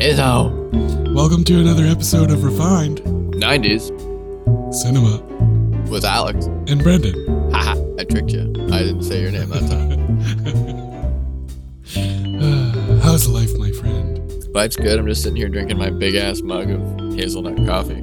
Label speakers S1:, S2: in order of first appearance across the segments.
S1: Hello.
S2: Welcome to another episode of Refined
S1: 90s
S2: Cinema
S1: with Alex.
S2: and Brendan.
S1: Haha, I tricked you. I didn't say your name that time.
S2: Uh, how's life, my friend?
S1: Life's good. I'm just sitting here drinking my big ass mug of hazelnut coffee.
S2: I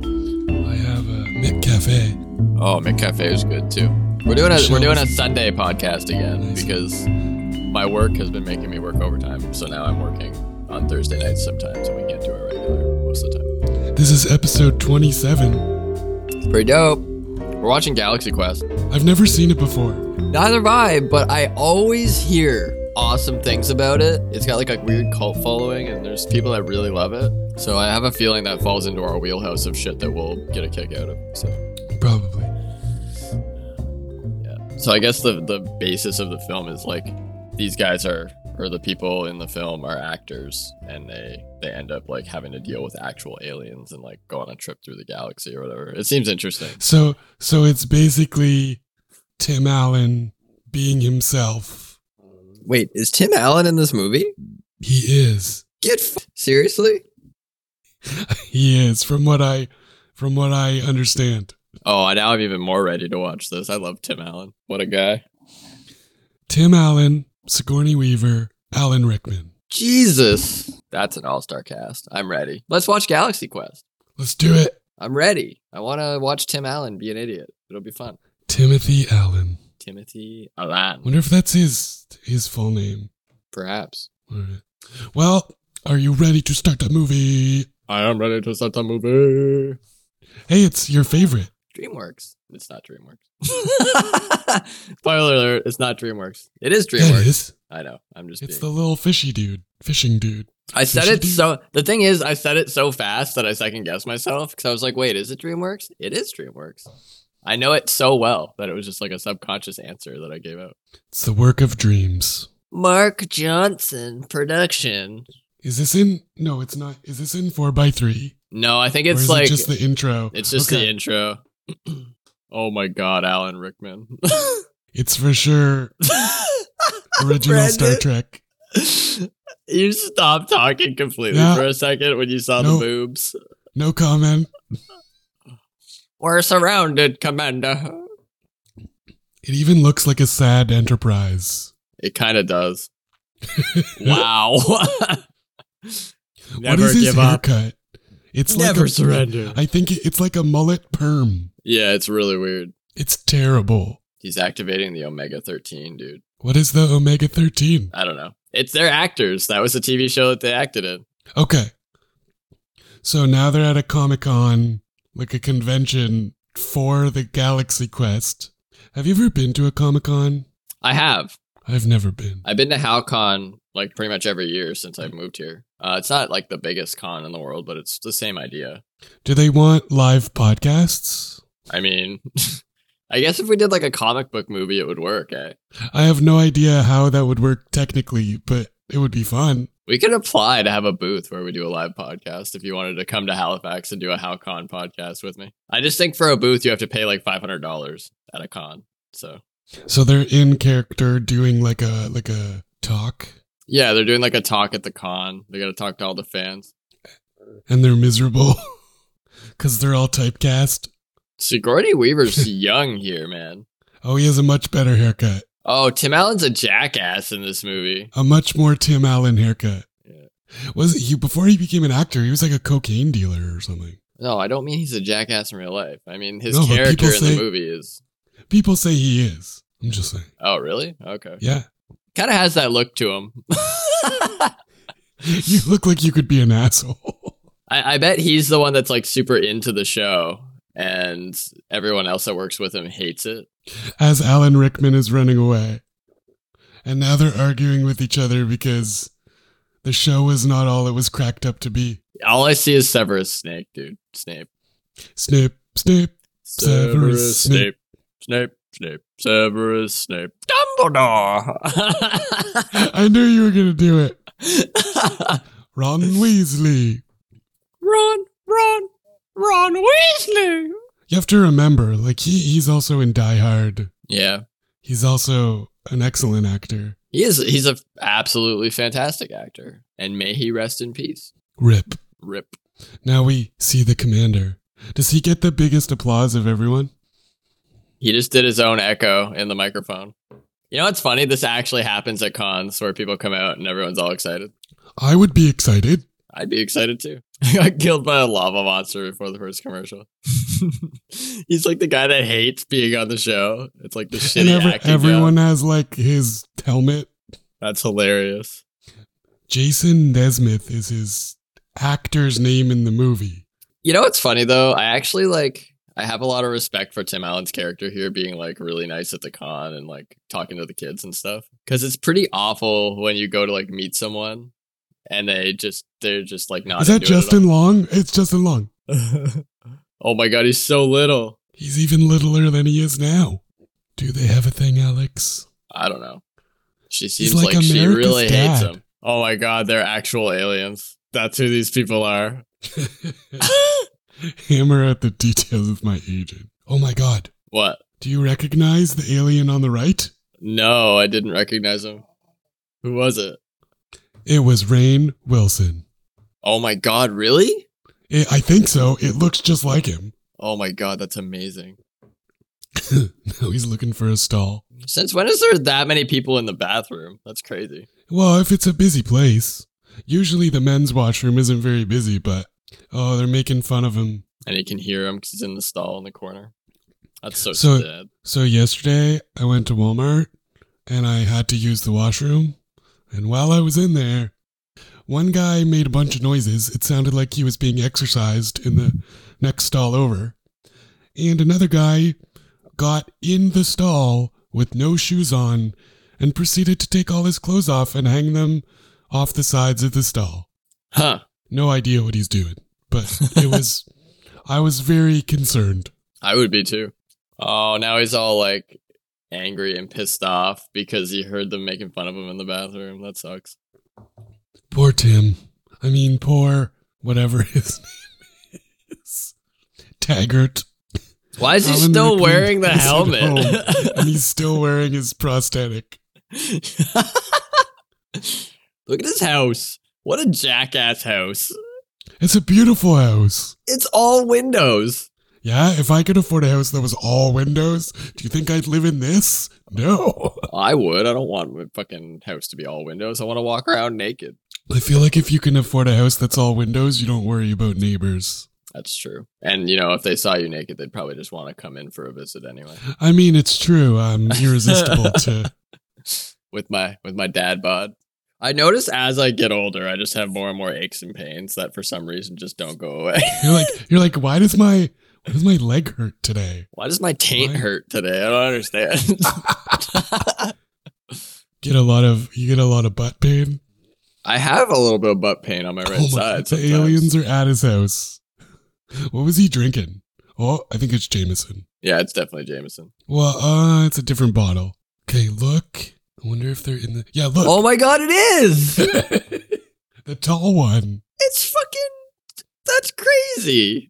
S2: have a Mick Cafe.
S1: Oh, McCafe is good too. We're doing a
S2: Sure.
S1: we're doing a Sunday podcast again
S2: Nice.
S1: because my work has been making me work overtime. So now I'm working on Thursday nights sometimes, and we can't do our regular most of the time.
S2: This is episode 27.
S1: It's pretty dope. We're watching Galaxy Quest.
S2: I've never seen it before.
S1: Neither have I, but I always hear awesome things about it. It's got like a weird cult following, and there's people that really love it. So I have a feeling that falls into our wheelhouse of shit that we'll get a kick out of. So,
S2: Probably.
S1: yeah. So I guess the the basis of the film is like these guys are, or the people in the film are actors, and they they end up like having to deal with actual aliens and like go on a trip through the galaxy or whatever. It seems interesting.
S2: So, so it's basically Tim Allen being himself.
S1: Wait, is Tim Allen in this movie?
S2: He is.
S1: Get f- seriously?
S2: He is. From what I, from what I understand.
S1: Oh, now I'm even more ready to watch this. I love Tim Allen. What a guy.
S2: Tim Allen, Sigourney Weaver, Alan Rickman.
S1: Jesus. That's an all star cast. I'm ready. Let's watch Galaxy Quest.
S2: Let's do it.
S1: I'm ready. I want to watch Tim Allen be an idiot. It'll be fun.
S2: Timothy Allen.
S1: Timothy Allen,
S2: Wonder if that's his his full name.
S1: perhaps.
S2: Alright. Well, are you ready to start the movie?
S1: I am ready to start the movie.
S2: Hey, it's your favorite.
S1: DreamWorks. It's not DreamWorks. Spoiler alert. It's not DreamWorks. It is
S2: Yeah, it
S1: DreamWorks.
S2: is.
S1: I know. I'm just
S2: It's
S1: being.
S2: the little fishy dude, fishing dude.
S1: I said it
S2: Fishy
S1: so. The thing is, I said it so fast that I second guessed myself because I was like, "Wait, is it DreamWorks? It is DreamWorks." I know it so well that it was just like a subconscious answer that I gave out.
S2: It's the work of dreams.
S1: Mark Johnson production.
S2: Is this in? No, it's not. Is this in four by three?
S1: No, I think
S2: or
S1: it's
S2: is
S1: like
S2: it just the intro.
S1: it's just the
S2: Okay.
S1: intro. oh my god, Alan Rickman.
S2: It's for sure original Star
S1: Brandon.
S2: Trek.
S1: you stopped talking completely
S2: Yeah.
S1: for a second when you saw
S2: No.
S1: the boobs.
S2: No comment.
S1: We're surrounded, Commander.
S2: It even looks like a sad Enterprise.
S1: It kind of does. wow.
S2: what
S1: Never
S2: is his
S1: give up.
S2: haircut? It's
S1: Never
S2: like a,
S1: surrender.
S2: I think it- it's like a mullet perm.
S1: yeah, it's really weird.
S2: It's terrible.
S1: He's activating the Omega 13, dude.
S2: What is the Omega 13?
S1: I don't know. It's their actors. That was the TV show that they acted in.
S2: Okay. So now they're at a Comic Con, like a convention for the Galaxy Quest. Have you ever been to a Comic Con?
S1: I have.
S2: I've never been.
S1: I've been to HowCon like pretty much every year since I've moved here. Uh, it's not like the biggest con in the world, but it's the same idea.
S2: Do they want live podcasts?
S1: I mean, I guess if we did like a comic book movie, it would work. Eh?
S2: I have no idea how that would work technically, but it would be fun.
S1: We could apply to have a booth where we do a live podcast if you wanted to come to Halifax and do a HowCon podcast with me. I just think for a booth, you have to pay like $500 at a con. So,
S2: So they're in character doing like a like a talk
S1: yeah, they're doing like a talk at the con. They got to talk to all the fans.
S2: and they're miserable cuz they're all typecast.
S1: Sigourney Weaver's young here, man.
S2: Oh, he has a much better haircut.
S1: Oh, Tim Allen's a jackass in this movie.
S2: a much more Tim Allen haircut.
S1: Yeah.
S2: Was he before he became an actor? He was like a cocaine dealer or something.
S1: No, I don't mean he's a jackass in real life. I mean, his
S2: No, but
S1: character in
S2: people
S1: the
S2: say-
S1: movie is.
S2: People say he is. I'm just saying.
S1: Oh, really? Okay.
S2: Yeah,
S1: Kind of has that look to him.
S2: you look like you could be an asshole.
S1: I, I bet he's the one that's like super into the show, and everyone else that works with him hates it.
S2: As Alan Rickman is running away, and now they're arguing with each other because the show was not all it was cracked up to be.
S1: All I see is Severus Snape, dude. Snape.
S2: Snip, snip. Severus Snape.
S1: Snape. Snape. Severus Snape. Dumbledore.
S2: I knew you were gonna do it, Ron Weasley.
S1: Ron. Ron. Ron Weasley.
S2: You have to remember, like he, he's also in Die Hard.
S1: Yeah,
S2: He's also an excellent actor.
S1: he is. He's a absolutely fantastic actor, and may he rest in peace.
S2: Rip.
S1: Rip.
S2: Now we see the commander. Does he get the biggest applause of everyone?
S1: He just did his own echo in the microphone. You know what's funny? This actually happens at cons where people come out and everyone's all excited.
S2: I would be excited.
S1: I'd be excited too. I got killed by a lava monster before the first commercial. He's like the guy that hates being on the show. It's like the
S2: and
S1: shitty
S2: ever-
S1: acting. Everyone-
S2: everyone has like his helmet.
S1: That's hilarious.
S2: Jason Nesmith is his actor's name in the movie.
S1: You know what's funny though? I actually like I have a lot of respect for Tim Allen's character here being like really nice at the con and like talking to the kids and stuff cuz it's pretty awful when you go to like meet someone and they just they're just like not
S2: is that
S1: into it at
S2: Justin Long? It's Justin Long.
S1: all. oh my god, he's so little.
S2: He's even littler than he is now. Do they have a thing, Alex?
S1: I don't know. She seems
S2: like
S1: like, she
S2: America's
S1: really
S2: dad.
S1: hates him. Oh my god, they're actual aliens. That's who these people are.
S2: Hammer at the details of my agent. Oh my god.
S1: what?
S2: Do you recognize the alien on the right?
S1: No, I didn't recognize him. Who was it?
S2: It was Rain Wilson.
S1: Oh my god, really?
S2: It, I think so. It looks just like him.
S1: Oh my god, that's amazing.
S2: now Oh, he's looking for a stall.
S1: Since when is there that many people in the bathroom? That's crazy.
S2: Well, if it's a busy place, usually the men's washroom isn't very busy, but oh, they're making fun of him.
S1: And you can hear him because he's in the stall in the corner. That's so,
S2: So-
S1: sad.
S2: So yesterday I went to Walmart and I had to use the washroom. And while I was in there, one guy made a bunch of noises. It sounded like he was being exercised in the next stall over. And another guy got in the stall with no shoes on and proceeded to take all his clothes off and hang them off the sides of the stall.
S1: Huh.
S2: no idea what he's doing, but it was, I was very concerned.
S1: I would be too. Oh, now he's all like angry and pissed off because he heard them making fun of him in the bathroom. That sucks.
S2: Poor Tim. I mean, poor whatever his name is. Taggart.
S1: Why is he
S2: I'm gonna
S1: still
S2: clean
S1: wearing the
S2: this at
S1: helmet?
S2: home. and he's still wearing his prosthetic.
S1: Look at his house. What a jackass house.
S2: It's a beautiful house.
S1: It's all windows.
S2: Yeah, if I could afford a house that was all windows, do you think I'd live in this? No.
S1: I would. I don't want my fucking house to be all windows. I want to walk around naked.
S2: I feel like if you can afford a house that's all windows, you don't worry about neighbors.
S1: That's true. And you know, if they saw you naked, they'd probably just want to come in for a visit anyway.
S2: I mean, it's true. I'm irresistible to.
S1: With my with my dad bod. I notice as I get older, I just have more and more aches and pains that for some reason just don't go away.
S2: You're like, you're like, why does my, why does my leg hurt today?
S1: Why does my taint
S2: Why?
S1: hurt today? I don't understand.
S2: Get a lot of, you get a lot of butt pain.
S1: I have a little bit of butt pain on my right
S2: oh my,
S1: side.
S2: the
S1: sometimes.
S2: aliens are at his house. What was he drinking? Oh, I think it's Jameson.
S1: Yeah, it's definitely Jameson.
S2: Well, uh, it's a different bottle. Okay, look. I wonder if they're in the. Yeah, look.
S1: Oh my god, it is!
S2: The tall one.
S1: It's fucking. That's crazy.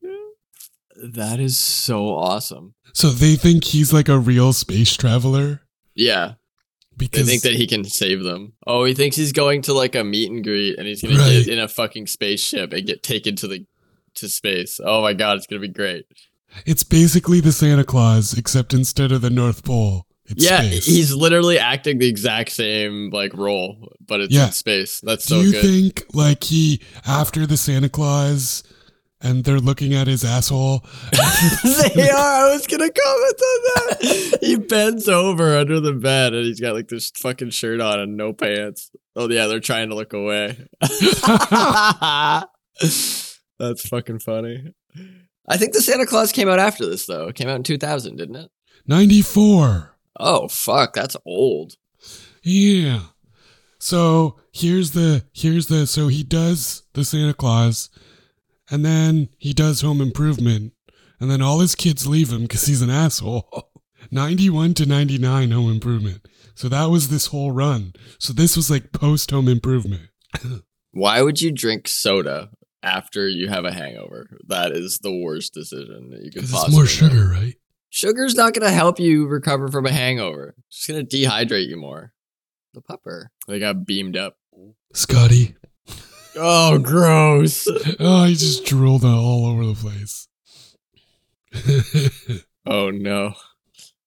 S1: That is so awesome.
S2: So they think he's like a real space traveler
S1: Yeah, they
S2: because
S1: think that he can save them. Oh, he thinks he's going to like a meet and greet, and he's gonna
S2: Right.
S1: get in a fucking spaceship and get taken to the to space. Oh my god, it's gonna be great.
S2: it's basically the Santa Claus, except instead of the North Pole, it's
S1: yeah,
S2: space.
S1: he's literally acting the exact same like role, but it's
S2: Yeah.
S1: in space. That's
S2: Do
S1: so
S2: you
S1: good.
S2: think like he after the Santa Claus and they're looking at his asshole?
S1: they are. I was gonna comment on that. he bends over under the bed, and he's got like this fucking shirt on and no pants. Oh yeah, they're trying to look away. That's fucking funny. I think the Santa Claus came out after this though. It came out in 2000, didn't it?
S2: 94.
S1: Oh fuck, that's old.
S2: Yeah. So here's the here's the so he does the Santa Claus and then he does home improvement and then all his kids leave him because he's an asshole. 91 to 99 home improvement. So that was this whole run. So this was like post home improvement.
S1: Why would you drink soda after you have a hangover? That is the worst decision that you could
S2: Because
S1: possibly.
S2: it's more
S1: make.
S2: sugar, right?
S1: Sugar's not going to help you recover from a hangover. It's just going to dehydrate you more. The pupper. They got beamed up.
S2: Scotty.
S1: Oh, gross.
S2: Oh, he just drooled all over the place.
S1: Oh no.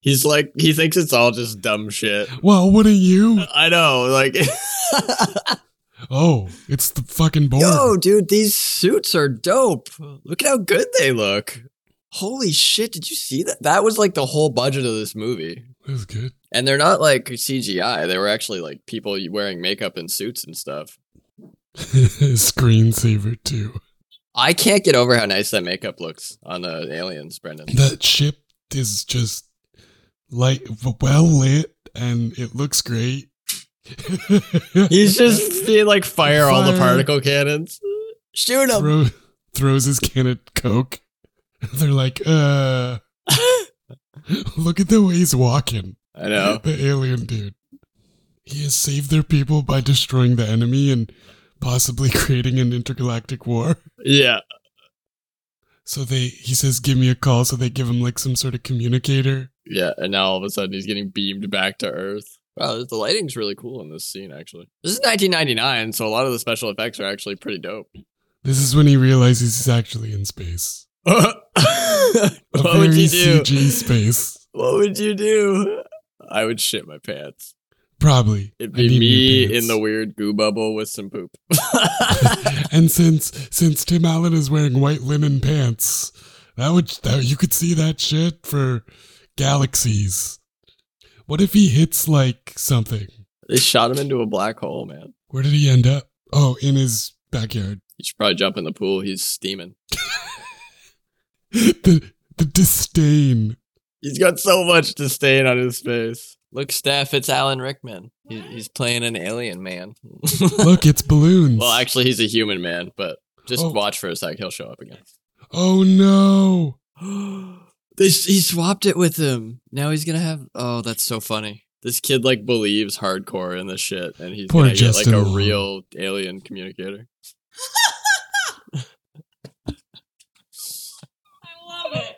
S1: He's like he thinks it's all just dumb shit.
S2: well, wouldn't you?
S1: I know, like
S2: Oh, it's the fucking board.
S1: Yo, dude, these suits are dope. Look at how good they look. Holy shit, did you see that? That was like the whole budget of this movie.
S2: That was good.
S1: And they're not like CGI. They were actually like people wearing makeup and suits and stuff.
S2: Screensaver too.
S1: I can't get over how nice that makeup looks on the aliens, Brendan.
S2: That ship is just like well lit and it looks great.
S1: He's just being like fire, all the
S2: Fire.
S1: particle cannons. Shoot him.
S2: Throw, throws his can of coke. They're like, uh, look at the way he's walking.
S1: I know.
S2: The alien dude. He has saved their people by destroying the enemy and possibly creating an intergalactic war.
S1: Yeah.
S2: So they, he says, give me a call. So they give him like some sort of communicator.
S1: Yeah, and now all of a sudden he's getting beamed back to Earth. Wow, the lighting's really cool in this scene, actually. This is 1999, so a lot of the special effects are actually pretty dope.
S2: This is when he realizes he's actually in space.
S1: what
S2: A
S1: would
S2: very
S1: you do?
S2: CG space.
S1: What would you do? I would shit my pants.
S2: Probably.
S1: It'd
S2: I
S1: be
S2: need
S1: me
S2: new
S1: in the
S2: pants.
S1: weird goo bubble with some poop.
S2: and since since Tim Allen is wearing white linen pants, that would that, you could see that shit for galaxies. What if he hits like something?
S1: they shot him into a black hole, man.
S2: Where did he end up? Oh, in his backyard.
S1: You should probably jump in the pool. He's steaming.
S2: the the disdain.
S1: He's got so much disdain on his face. Look, Steph, it's Alan Rickman. He, he's playing an alien man.
S2: Look, it's balloons.
S1: Well, actually, he's a human man, but just
S2: Oh.
S1: watch for a sec. He'll show up
S2: oh no.
S1: again. they, he swapped it with him. Now he's gonna have. Oh, that's so funny. This kid like believes hardcore in this shit, and he's
S2: Poor
S1: gonna get like
S2: Justin
S1: a
S2: Long.
S1: real alien communicator.
S3: I love it.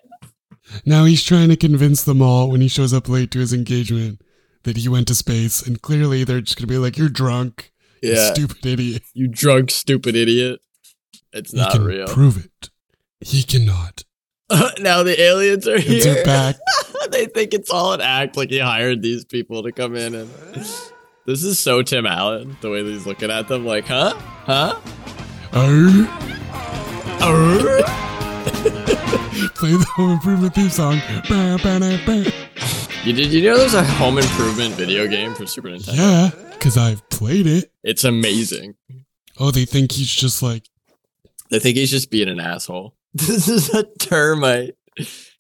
S2: Now he's trying to convince them all when he shows up late to his engagement that he went to space, and clearly they're just gonna be like, "You're drunk, you
S1: Yeah,
S2: stupid idiot."
S1: you drunk, stupid idiot. It's
S2: he
S1: not
S2: can
S1: real.
S2: prove it. He cannot.
S1: now the aliens are
S2: Kids
S1: here.
S2: are back.
S1: they think it's all an act, like he hired these people to come in and. This is so Tim Allen, the way that he's looking at them, like, huh? Huh?
S2: Oh,
S1: Arr?
S2: play the Home Improvement theme song. Bah, bah, nah, bah.
S1: You did you know there's a home improvement video game for Super Nintendo?
S2: Yeah, because I've played it.
S1: It's amazing.
S2: Oh, they think he's just like
S1: They think he's just being an asshole. This is a termite.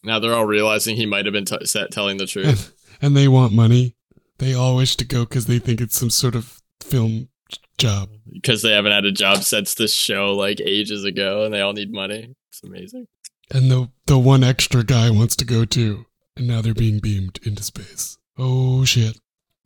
S1: Now they're all realizing he might have been t- set telling the truth.
S2: and they want money. They all wish to go because they think it's some sort of film job.
S1: because they haven't had a job since this show like ages ago and they all need money. It's amazing.
S2: And the the one extra guy wants to go too. And now they're being beamed into space. Oh shit.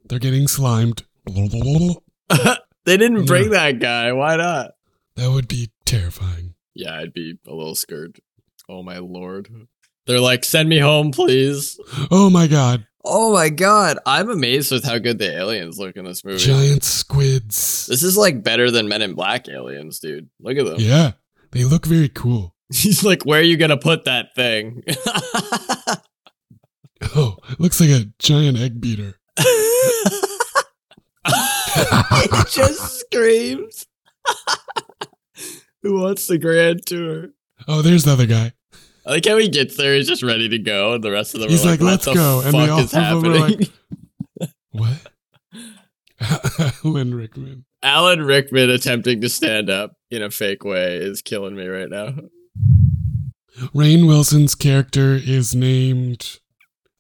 S2: They're getting slimed. That
S1: They didn't bring that guy. Why not?
S2: would be terrifying.
S1: Yeah, I'd be a little scared. Oh my lord. They're like, send me home, please.
S2: Oh my god.
S1: Oh my god. I'm amazed with how good the aliens look in this movie.
S2: Giant squids.
S1: Oh, This is like better than Men in Black aliens, dude. Look at them.
S2: Yeah. They look very cool.
S1: He's like, where are you gonna put that thing?
S2: Oh, looks like a giant egg beater.
S1: he just screams. Who wants the grand tour?
S2: Oh, there's the other guy.
S1: I like how he gets there. He's just ready to go, and the rest of them
S2: He's
S1: are
S2: like,
S1: like, what
S2: "Let's
S1: the
S2: go,"
S1: Fuck
S2: and they all
S1: is
S2: of them are
S1: happening?
S2: like- What? Alan Rickman.
S1: Alan Rickman attempting to stand up in a fake way is killing me right now.
S2: Rain Wilson's character is named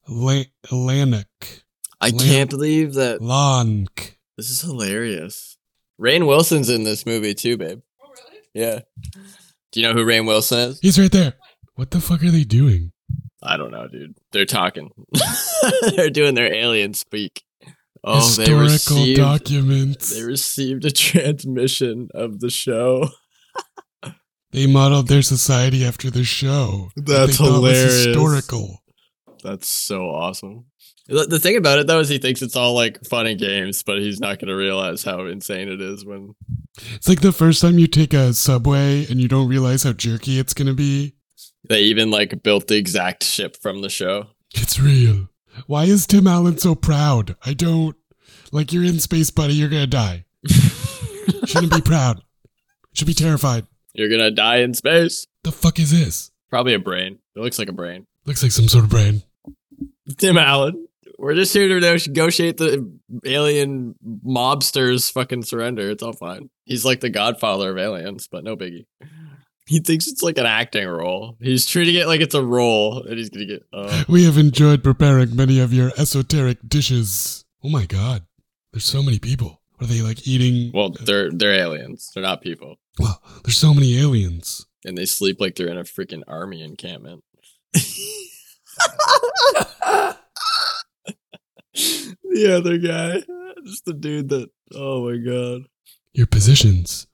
S2: La- Lanak.
S1: I
S2: Lan-
S1: can't believe that
S2: Lank.
S1: This is hilarious. Rain Wilson's in this movie too, babe.
S3: Oh, really?
S1: Yeah. Do you know who Rain Wilson is?
S2: He's right there. What the fuck are they doing?
S1: I don't know, dude. They're talking. They're doing their alien speak. Oh, they
S2: Historical
S1: received,
S2: documents.
S1: they
S2: They,
S1: received a transmission of the show.
S2: modeled their society after the show. that they
S1: That's
S2: thought was
S1: hilarious.
S2: historical.
S1: That's so awesome. The, the thing about it though is he thinks it's all like fun and games, but he's not going to realize how insane it is when
S2: It's like the first time you take a subway and you don't realize how jerky it's going to be.
S1: They even like built the exact ship from the show.
S2: It's real. Why is Tim Allen so proud? I don't. Like, you're in space, buddy. You're going to die. Shouldn't be proud. Should be terrified.
S1: You're gonna die in space.
S2: The fuck is this?
S1: Probably a brain. It looks like a brain.
S2: Looks like some sort of brain.
S1: Tim Allen. We're just here to negotiate the alien mobsters fucking surrender. It's all fine. He's like the godfather of aliens, but no biggie. He thinks it's like an acting role. He's treating it like it's a role, and he's gonna get. Uh,
S2: We have enjoyed preparing many of your esoteric dishes. Oh my god. There's so many people. Are they like eating?
S1: well, they're they're aliens. They're not people,
S2: Well, there's so many aliens.
S1: and they sleep like they're in a freaking army encampment. the other guy, just the dude that. Oh my god.
S2: Your positions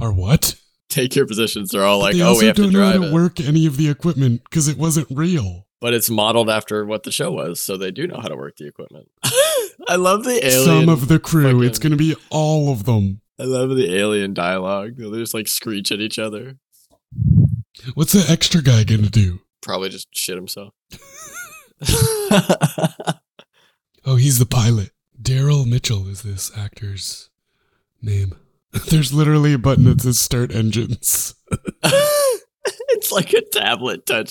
S2: are what?
S1: take your positions. They're all
S2: But
S1: like,
S2: they
S1: oh,
S2: also
S1: we have to
S2: don't know how
S1: drive
S2: to
S1: it.
S2: work any of the equipment because it wasn't real.
S1: But it's modeled after what the show was, so they do know how to work the equipment. I love the alien.
S2: Some of the crew.
S1: fucking-
S2: It's going to be all of them.
S1: I love the alien dialogue. They just like screech at each other.
S2: What's the extra guy going to do?
S1: Probably just shit himself.
S2: Oh, he's the pilot. Daryl Mitchell is this actor's name. There's literally a button that says start engines.
S1: it's like a tablet touch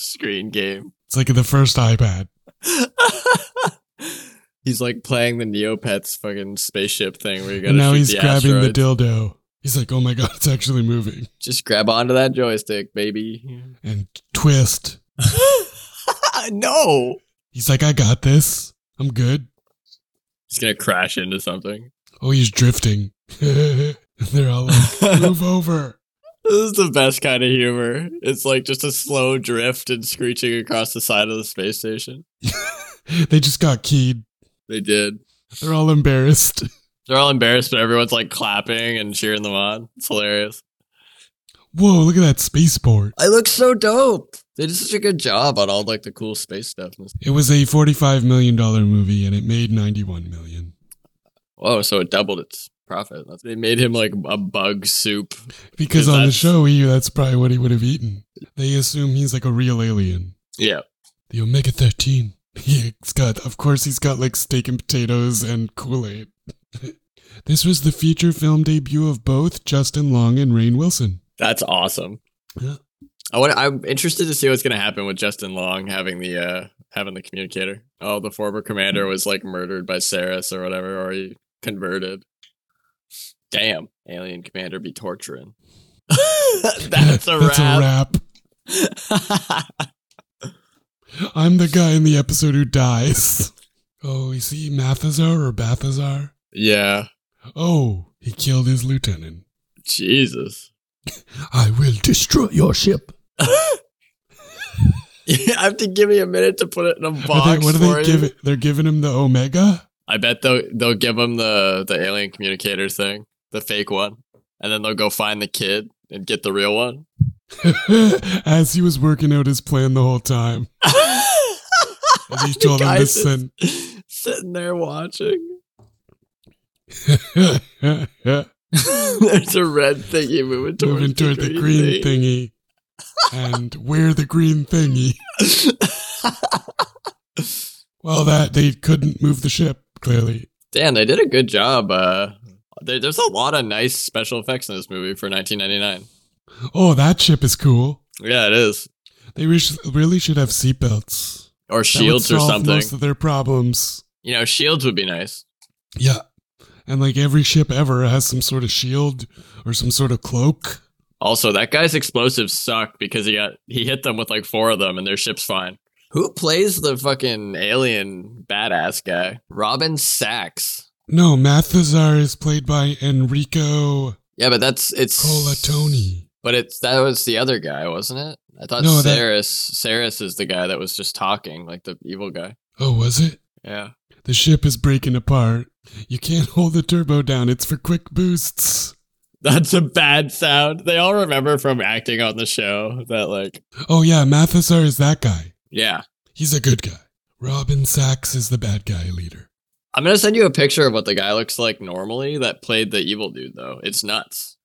S1: screen game.
S2: It's like the first iPad.
S1: he's like playing the Neopets fucking spaceship thing where you gotta
S2: And now
S1: shoot
S2: he's
S1: the
S2: grabbing
S1: asteroids.
S2: the dildo. He's like, oh my God, it's actually moving.
S1: just grab onto that joystick, baby.
S2: And twist.
S1: no.
S2: He's like, I got this. I'm good.
S1: He's gonna crash into something.
S2: Oh, he's drifting. They're all like,
S1: this
S2: move over.
S1: is the best kind of humor. It's like just a slow drift and screeching across the side of the space station.
S2: They just got keyed.
S1: They did.
S2: They're all embarrassed.
S1: They're all embarrassed, but everyone's like clapping and cheering them on. It's hilarious.
S2: Whoa, look at that spaceport.
S1: I look so dope. They did such a good job on all like the cool space stuff.
S2: It was a $45 million movie and it made $91 million.
S1: Whoa, oh, so it doubled its profit. That's- They made him like a bug soup.
S2: Because
S1: Dude,
S2: on the
S1: that's-
S2: show, he, that's probably what he would have eaten. They assume he's like a real alien.
S1: Yeah.
S2: The Omega 13. He's got, of course, he's got like steak and potatoes and Kool Aid. this was the feature film debut of both Justin Long and Rain Wilson.
S1: That's awesome.
S2: Yeah.
S1: I want. I'm interested to see what's going to happen with Justin Long having the uh having the communicator. Oh, the former commander was like murdered by Saris or whatever, or he converted. Damn, alien commander be torturing. That's a
S2: That's a
S1: wrap.
S2: wrap. I'm the guy in the episode who dies. Oh, is he Mathazar or Bathazar?
S1: yeah,
S2: Oh, he killed his lieutenant.
S1: Jesus.
S2: I will destroy your ship.
S1: You have to give me a minute to put it in a
S2: Are
S1: box.
S2: they, what do
S1: for
S2: they
S1: you.
S2: give it? They're giving him the Omega?
S1: I bet they'll they'll give him the the alien communicator thing, the fake one, and then they'll go find the kid and get the real one.
S2: As he was working out his plan the whole time. As he
S1: The
S2: told him to
S1: guy's
S2: send
S1: just sitting there watching.
S2: moving
S1: There's a red thingy moving towards,
S2: toward the green thingy. and we're the green thingy. Well, that they couldn't move the ship, clearly.
S1: Dan, they did a good job. Uh, there, there's a lot of nice special effects in this movie for 1999.
S2: Oh, that ship is cool.
S1: Yeah, it is.
S2: They re- really should have seatbelts. That
S1: Or
S2: would
S1: shields or
S2: solve
S1: something.
S2: Most of their problems.
S1: You know, shields would be nice.
S2: Yeah. And like every ship ever has some sort of shield or some sort of cloak.
S1: Also, that guy's explosives suck because he got he hit them with like four of them, and their ship's fine. Who plays the fucking alien badass guy? Robin Sachs.
S2: No, Mathazar is played by Enrico
S1: Yeah, but that's it's
S2: Colatoni.
S1: But it's that was the other guy, wasn't it? I thought
S2: No, that-
S1: Saris Saris is the guy that was just talking, like the evil guy.
S2: Oh, was it?
S1: Yeah.
S2: The ship is breaking apart. You can't hold the turbo down. It's for quick boosts.
S1: That's a bad sound. They all remember from acting on the show that like
S2: Oh yeah, Mathazar is that guy.
S1: Yeah.
S2: He's a good guy. Robin Sachs is the bad guy leader.
S1: I'm gonna send you a picture of what the guy looks like normally that played the evil dude though. It's nuts.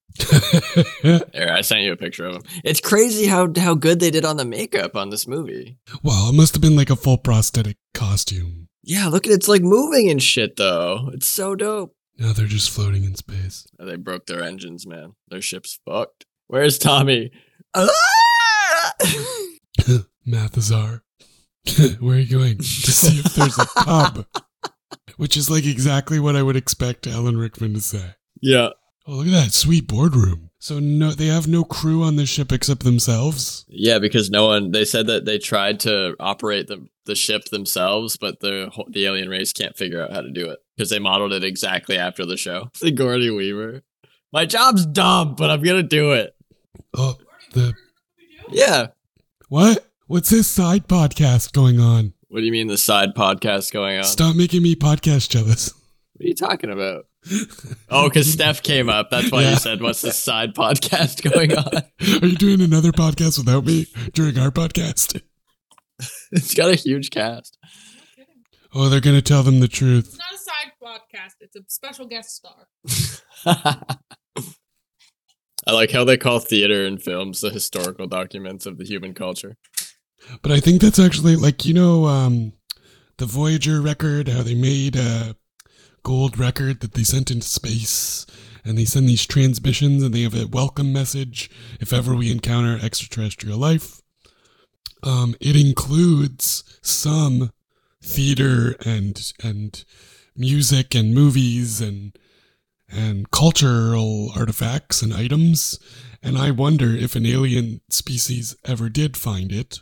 S1: There, I sent you a picture of him. It's crazy how how good they did on the makeup on this movie.
S2: well, it must have been like a full prosthetic costume.
S1: Yeah, look at it's like moving and shit though. It's so dope. Oh,
S2: Now they're just floating in space.
S1: They broke their engines, man. Their ship's fucked. Where's Tommy? Ah!
S2: Mathazar, where are you going? To see if there's a pub. Which is like exactly what I would expect Alan Rickman to say.
S1: yeah,
S2: Oh, look at that sweet boardroom. So no, they have no crew on this ship except themselves.
S1: yeah, because no one. They said that they tried to operate the the ship themselves, but the whole- the alien race can't figure out how to do it because they modeled it exactly after the show. Sigourney Weaver. My job's dumb, but I'm gonna do it.
S2: Oh, the
S1: Yeah.
S2: what? What's this side podcast going on?
S1: What do you mean the side podcast going on?
S2: Stop making me podcast jealous.
S1: What are you talking about? Oh, because Steph came up. That's why
S2: Yeah.
S1: you said, "What's this side podcast going on?"
S2: Are you doing another podcast without me during our podcast?
S1: it's got a huge cast.
S2: Oh, they're gonna tell them the
S3: It's
S2: truth.
S3: not a side podcast. It's a special guest star.
S1: I like how they call theater and films the historical documents of the human culture.
S2: But I think that's actually like you know, um, the Voyager record. How they made a gold record that they sent into space, and they send these transmissions, and they have a welcome message if ever we encounter extraterrestrial life. Um, it includes some theater and and music and movies and and cultural artifacts and items. And I wonder if an alien species ever did find it,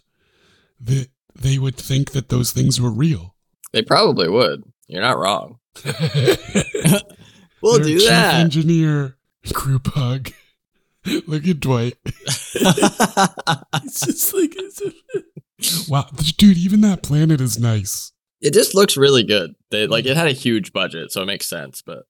S2: that they would think that those things were real.
S1: They probably would. You're not wrong. We'll
S2: Their
S1: do
S2: chief
S1: that.
S2: Engineer group hug. Look at Dwight. It's just like wow, dude. Even that planet is nice.
S1: it just looks really good. They like it had a huge budget, so it makes sense. But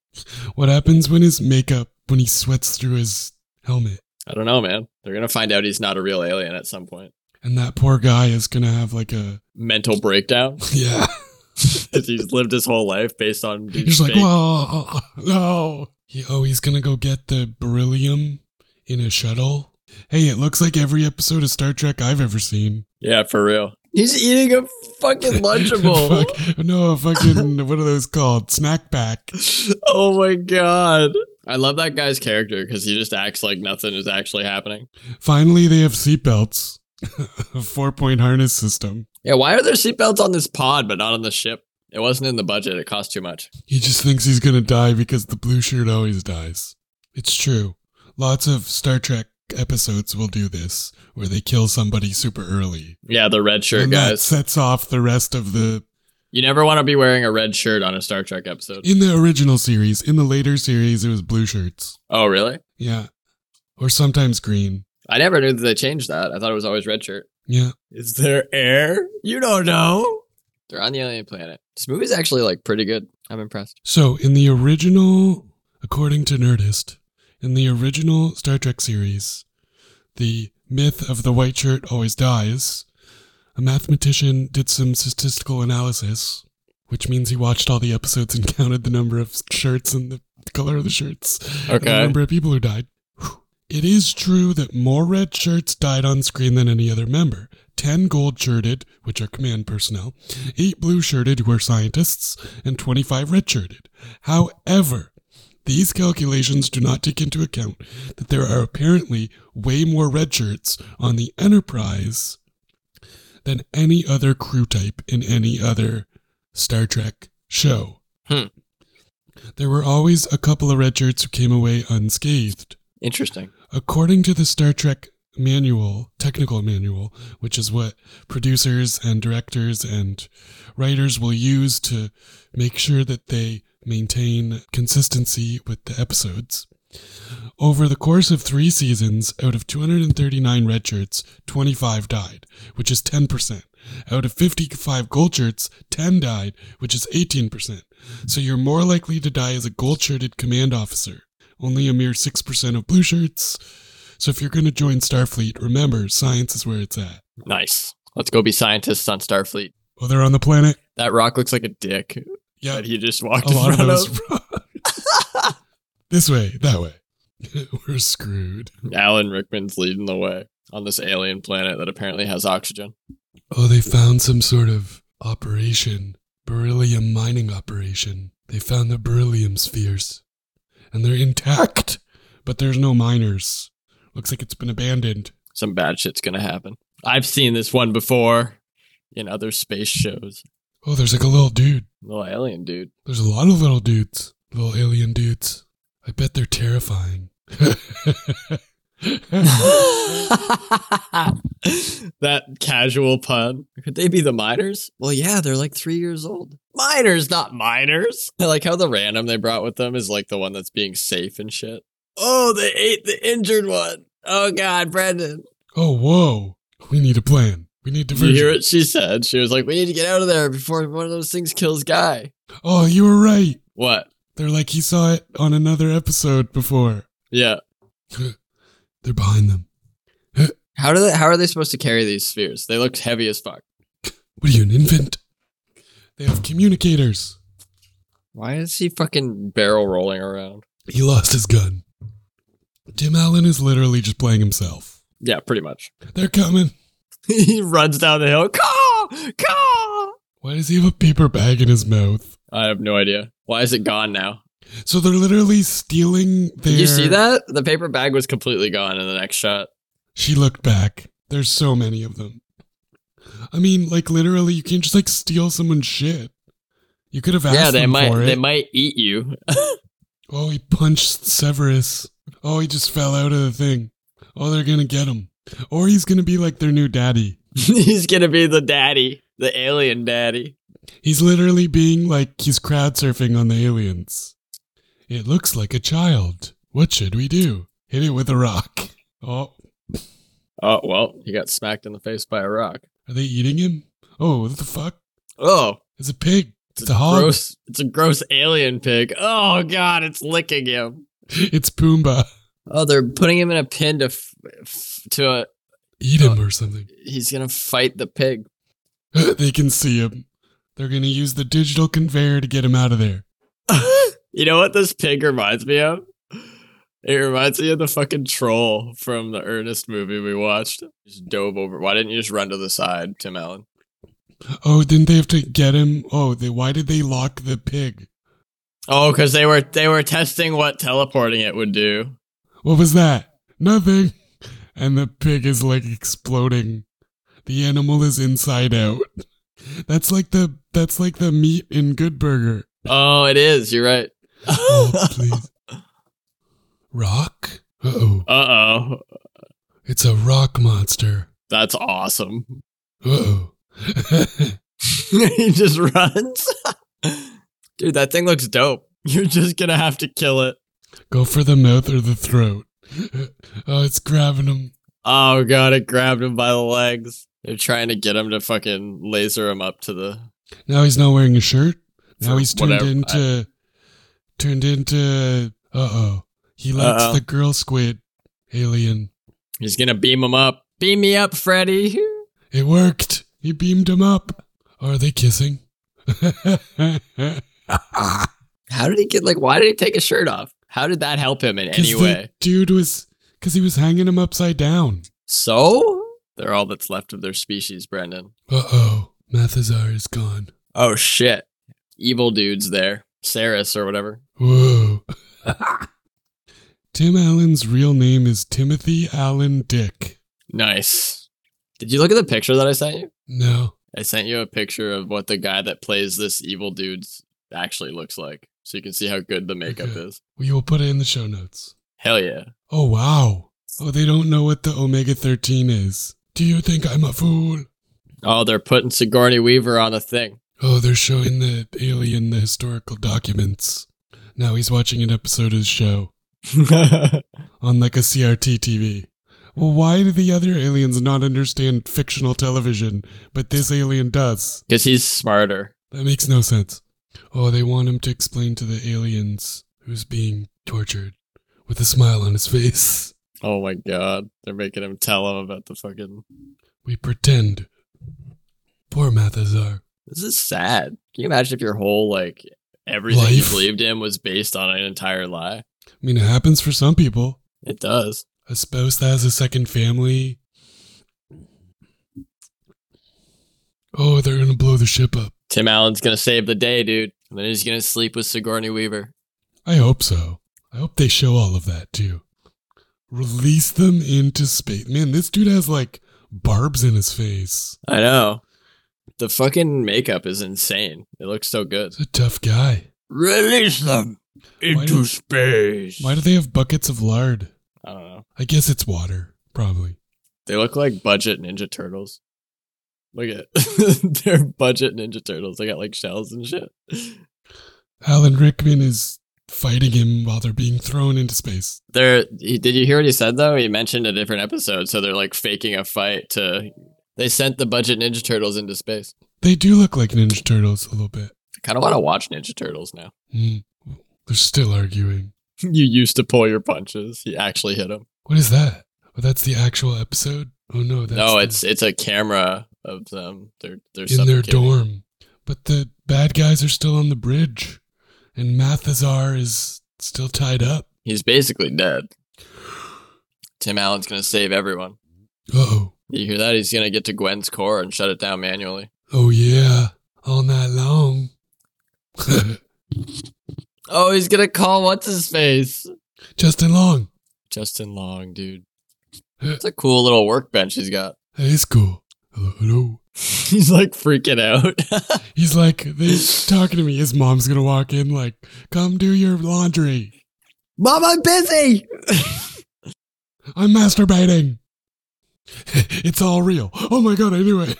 S2: What happens when his makeup when he sweats through his helmet?
S1: I don't know, man. They're gonna find out he's not a real alien at some point.
S2: And that poor guy is gonna have like a
S1: Mental breakdown.
S2: yeah.
S1: 'Cause he's lived his whole life based on these
S2: He's like,
S1: fake-
S2: whoa, no. He, oh, he's gonna go get the beryllium in a shuttle. Hey, it looks like every episode of Star Trek I've ever seen.
S1: yeah, for real. He's eating a fucking lunchable.
S2: Fuck, no, a fucking what are those called? Snack pack.
S1: oh my god. I love that guy's character because he just acts like nothing is actually happening.
S2: Finally, they have seatbelts. a four-point harness system.
S1: Yeah, why are there seatbelts on this pod but not on the ship? It wasn't in the budget. It cost too much.
S2: He just thinks he's gonna die because the blue shirt always dies. It's true. Lots of Star Trek episodes will do this, where they kill somebody super early.
S1: Yeah, the red shirt
S2: and that
S1: guys.
S2: sets off the rest of the
S1: You never want to be wearing a red shirt on a Star Trek episode.
S2: In the original series, in the later series, it was blue shirts.
S1: Oh, really?
S2: Yeah. Or sometimes green.
S1: I never knew that they changed that. I thought it was always red shirt.
S2: Yeah.
S1: Is there air? You don't know. They're on the alien planet. This movie's actually like pretty good. I'm impressed.
S2: So, in the original, according to Nerdist, in the original Star Trek series, the myth of the white shirt always dies. A mathematician did some statistical analysis, which means he watched all the episodes and counted the number of shirts and the color of the shirts. and the
S1: Okay.
S2: number of people who died. Whew. It is true that more red shirts died on screen than any other member. Ten gold shirted, which are command personnel, eight blue shirted, who are scientists, and 25 red shirted. However, these calculations do not take into account that there are apparently way more red shirts on the Enterprise than any other crew type in any other Star Trek show.
S1: Hmm.
S2: There were always a couple of red shirts who came away unscathed.
S1: Interesting.
S2: According to the Star Trek manual, technical manual, which is what producers and directors and writers will use to make sure that they maintain consistency with the episodes. Over the course of three seasons, out of 239 red shirts, 25 died, which is 10%. Out of 55 gold shirts, 10 died, which is 18%. So you're more likely to die as a gold shirted command officer only a mere 6% of blue shirts. So if you're going to join Starfleet, remember, science is where it's at.
S1: Nice. Let's go be scientists on Starfleet.
S2: Oh, they're on the planet?
S1: That rock looks like a dick
S2: Yeah,
S1: that he just walked
S2: a
S1: in
S2: lot of
S1: front
S2: those.
S1: of.
S2: this way, that way. We're screwed.
S1: Alan Rickman's leading the way on this alien planet that apparently has oxygen.
S2: Oh, they found some sort of operation, beryllium mining operation. They found the beryllium spheres, and they're intact, but there's no miners. Looks like it's been abandoned.
S1: Some bad shit's gonna happen. I've seen this one before in other space shows.
S2: Oh, there's like a little dude.
S1: Little alien dude.
S2: There's a lot of little dudes, little alien dudes. I bet they're terrifying.
S1: that casual pun. Could they be the miners? Well, yeah, they're like three years old. Miners, not miners. I like how the random they brought with them is like the one that's being safe and shit. Oh, they ate the injured one. Oh God, Brendan.
S2: oh, whoa. We need a plan. We need
S1: Did you hear
S2: diversion.
S1: what she said? She was like, "We need to get out of there before one of those things kills Guy."
S2: Oh, you were right.
S1: What?
S2: They're like, he saw it on another episode before.
S1: Yeah.
S2: They're behind them.
S1: How do they? How are they supposed to carry these spheres? They looked heavy as fuck.
S2: What are you, an infant? They have communicators.
S1: Why is he fucking barrel rolling around?
S2: He lost his gun. Tim Allen is literally just playing himself.
S1: Yeah, pretty much.
S2: They're coming.
S1: he runs down the hill. Caw! Caw!
S2: Why does he have a paper bag in his mouth?
S1: I have no idea. Why is it gone now?
S2: So they're literally stealing their.
S1: Did you see that? The paper bag was completely gone in the next shot.
S2: She looked back. There's so many of them. I mean, like literally, you can't just like steal someone's shit. You could have asked
S1: yeah, they
S2: them
S1: might
S2: for it.
S1: they might eat you.
S2: Oh, he punched Severus. Oh, he just fell out of the thing. Oh, they're gonna get him. Or he's gonna be like their new daddy.
S1: He's gonna be the daddy, the alien daddy.
S2: He's literally being like he's crowd surfing on the aliens. It looks like a child. What should we do? Hit it with a rock. Oh,
S1: Oh well, he got smacked in the face by a rock.
S2: are they eating him? Oh, what the fuck?
S1: Oh,
S2: It's a pig. It's, a hog.
S1: gross! It's a gross alien pig. Oh god, it's licking him.
S2: It's Pumbaa.
S1: Oh, they're putting him in a pin to f- f- to a.
S2: Eat him or something.
S1: He's gonna fight the pig.
S2: they can see him. They're gonna use the digital conveyor to get him out of there.
S1: you know what this pig reminds me of? It reminds me of the fucking troll from the Ernest movie we watched. Just dove over. Why didn't you just run to the side, Tim Allen?
S2: Oh, didn't they have to get him? Oh, they why did they lock the pig?
S1: Oh, because they were they were testing what teleporting it would do.
S2: What was that? Nothing. And the pig is like exploding. The animal is inside out. That's like the that's like the meat in Good Burger.
S1: Oh, it is. You're right.
S2: Oh,
S1: uh
S2: please. Rock? Uh oh.
S1: oh,
S2: It's a rock monster.
S1: that's awesome.
S2: Uh oh.
S1: he just runs. Dude, that thing looks dope. You're just gonna have to kill it.
S2: Go for the mouth or the throat. Oh, it's grabbing him.
S1: Oh god, it grabbed him by the legs. They're trying to get him to fucking laser him up to the
S2: Now he's not wearing a shirt. Now
S1: For
S2: he's turned
S1: whatever-
S2: into turned into uh oh. He likes
S1: Uh-oh.
S2: the girl squid alien.
S1: He's gonna beam him up. Beam me up, Freddy.
S2: It worked. He beamed him up. Are they kissing?
S1: How did he get like why did he take his shirt off? How did that help him in any
S2: the
S1: way?
S2: dude was because he was hanging him upside down.
S1: So? They're all that's left of their species, Brendan.
S2: Uh oh. Mathazar is gone.
S1: Oh shit. Evil dude's there. Saris or whatever.
S2: Whoa. Tim Allen's real name is Timothy Allen Dick.
S1: Nice. Did you look at the picture that I sent you?
S2: No.
S1: I sent you a picture of what the guy that plays this evil dude's actually looks like. So you can see how good the makeup
S2: Okay.
S1: is.
S2: We will put it in the show notes.
S1: Hell yeah.
S2: Oh, wow. Oh, they don't know what the Omega 13 is. Do you think I'm a fool?
S1: Oh, they're putting Sigourney Weaver on a thing.
S2: Oh, they're showing the alien the historical documents. Now he's watching an episode of the show on like a CRT TV. Well, why do the other aliens not understand fictional television, but this alien does?
S1: Because he's smarter.
S2: That makes no sense. Oh, they want him to explain to the aliens who's being tortured with a smile on his face.
S1: Oh my god. They're making him tell him about the fucking.
S2: We pretend. Poor Mathazar.
S1: This is sad. Can you imagine if your whole, like, everything
S2: Life.
S1: you believed in was based on an entire lie?
S2: I mean, it happens for some people.
S1: It does.
S2: A spouse that has a second family. Oh, they're gonna blow the ship up.
S1: Tim Allen's gonna save the day, dude. And then he's gonna sleep with Sigourney Weaver.
S2: I hope so. I hope they show all of that too. Release them into space. Man, this dude has like barbs in his face.
S1: I know. The fucking makeup is insane. It looks so good.
S2: He's a tough guy.
S1: Release them
S2: into do-
S1: space.
S2: Why do they have buckets of lard?
S1: I don't know.
S2: I guess it's water, probably.
S1: They look like budget Ninja Turtles. Look at they're budget Ninja Turtles. They got like shells and shit.
S2: Alan Rickman is fighting him while they're being thrown into space.
S1: They're he, did you hear what he said though? He mentioned a different episode, so they're like faking a fight to. They sent the budget Ninja Turtles into space.
S2: They do look like Ninja Turtles a little bit.
S1: I kind of want to watch Ninja Turtles now.
S2: Hmm. They're still arguing.
S1: you used to pull your punches. He actually hit him.
S2: What is that? Oh, that's the actual episode? Oh no, that's
S1: no,
S2: the-
S1: it's it's a camera of them. They're they're
S2: in their
S1: suffocating.
S2: dorm. But the bad guys are still on the bridge, and Mathazar is still tied up.
S1: He's basically dead. Tim Allen's gonna save everyone.
S2: Oh,
S1: You hear that? He's gonna get to Gwen's core and shut it down manually.
S2: oh yeah, all night long.
S1: Oh, he's gonna call what's his face?
S2: Justin Long,
S1: Justin Long, dude. It's a cool little workbench he's got.
S2: that is cool. Hello, hello.
S1: He's like freaking out.
S2: He's like, they talking to me. His mom's gonna walk in, like, come do your laundry.
S1: Mom, I'm busy.
S2: I'm masturbating. it's all real. Oh my god, I knew it.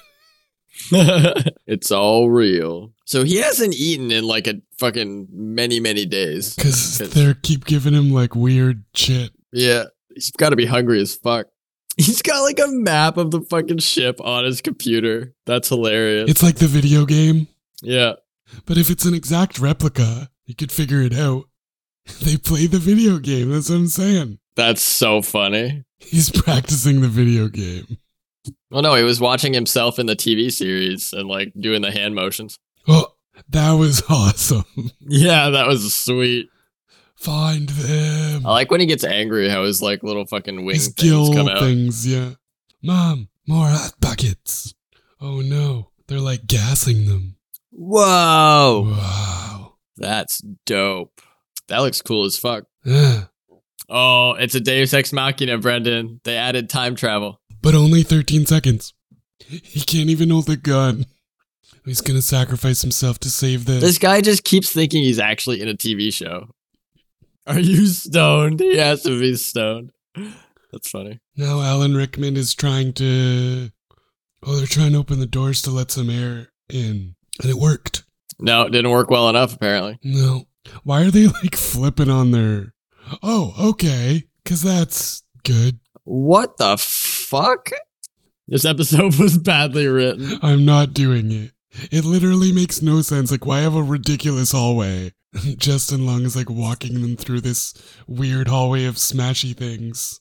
S1: it's all real. So he hasn't eaten in like a fucking many, many days.
S2: Because they keep giving him like weird shit.
S1: Yeah, he's got to be hungry as fuck. He's got like a map of the fucking ship on his computer. That's hilarious.
S2: It's like the video game.
S1: yeah.
S2: But if it's an exact replica, you could figure it out. They play the video game. That's what I'm saying.
S1: That's so funny.
S2: He's practicing the video game.
S1: Well, no, he was watching himself in the TV series and like doing the hand motions.
S2: Oh, that was awesome.
S1: Yeah, that was sweet.
S2: Find them.
S1: I like when he gets angry how his like little fucking wing
S2: His
S1: things come out.
S2: things, yeah. Mom, more hot buckets. Oh no, they're like gassing them.
S1: Whoa.
S2: Wow.
S1: That's dope. That looks cool as fuck.
S2: Ah,
S1: Oh, it's a Deus Ex Machina, Brendan. They added time travel.
S2: but only 13 seconds. He can't even hold the gun. He's gonna sacrifice himself to save the.
S1: This guy just keeps thinking he's actually in a TV show. Are you stoned? He has to be stoned. That's funny.
S2: Now Alan Rickman is trying to. Oh, they're trying to open the doors to let some air in. And it worked.
S1: No, it didn't work well enough, apparently.
S2: No. Why are they like flipping on their. Oh, okay. Because that's good.
S1: What the fuck? This episode was badly written.
S2: I'm not doing it. It literally makes no sense. Like, why have a ridiculous hallway? Justin Long is like walking them through this weird hallway of smashy things.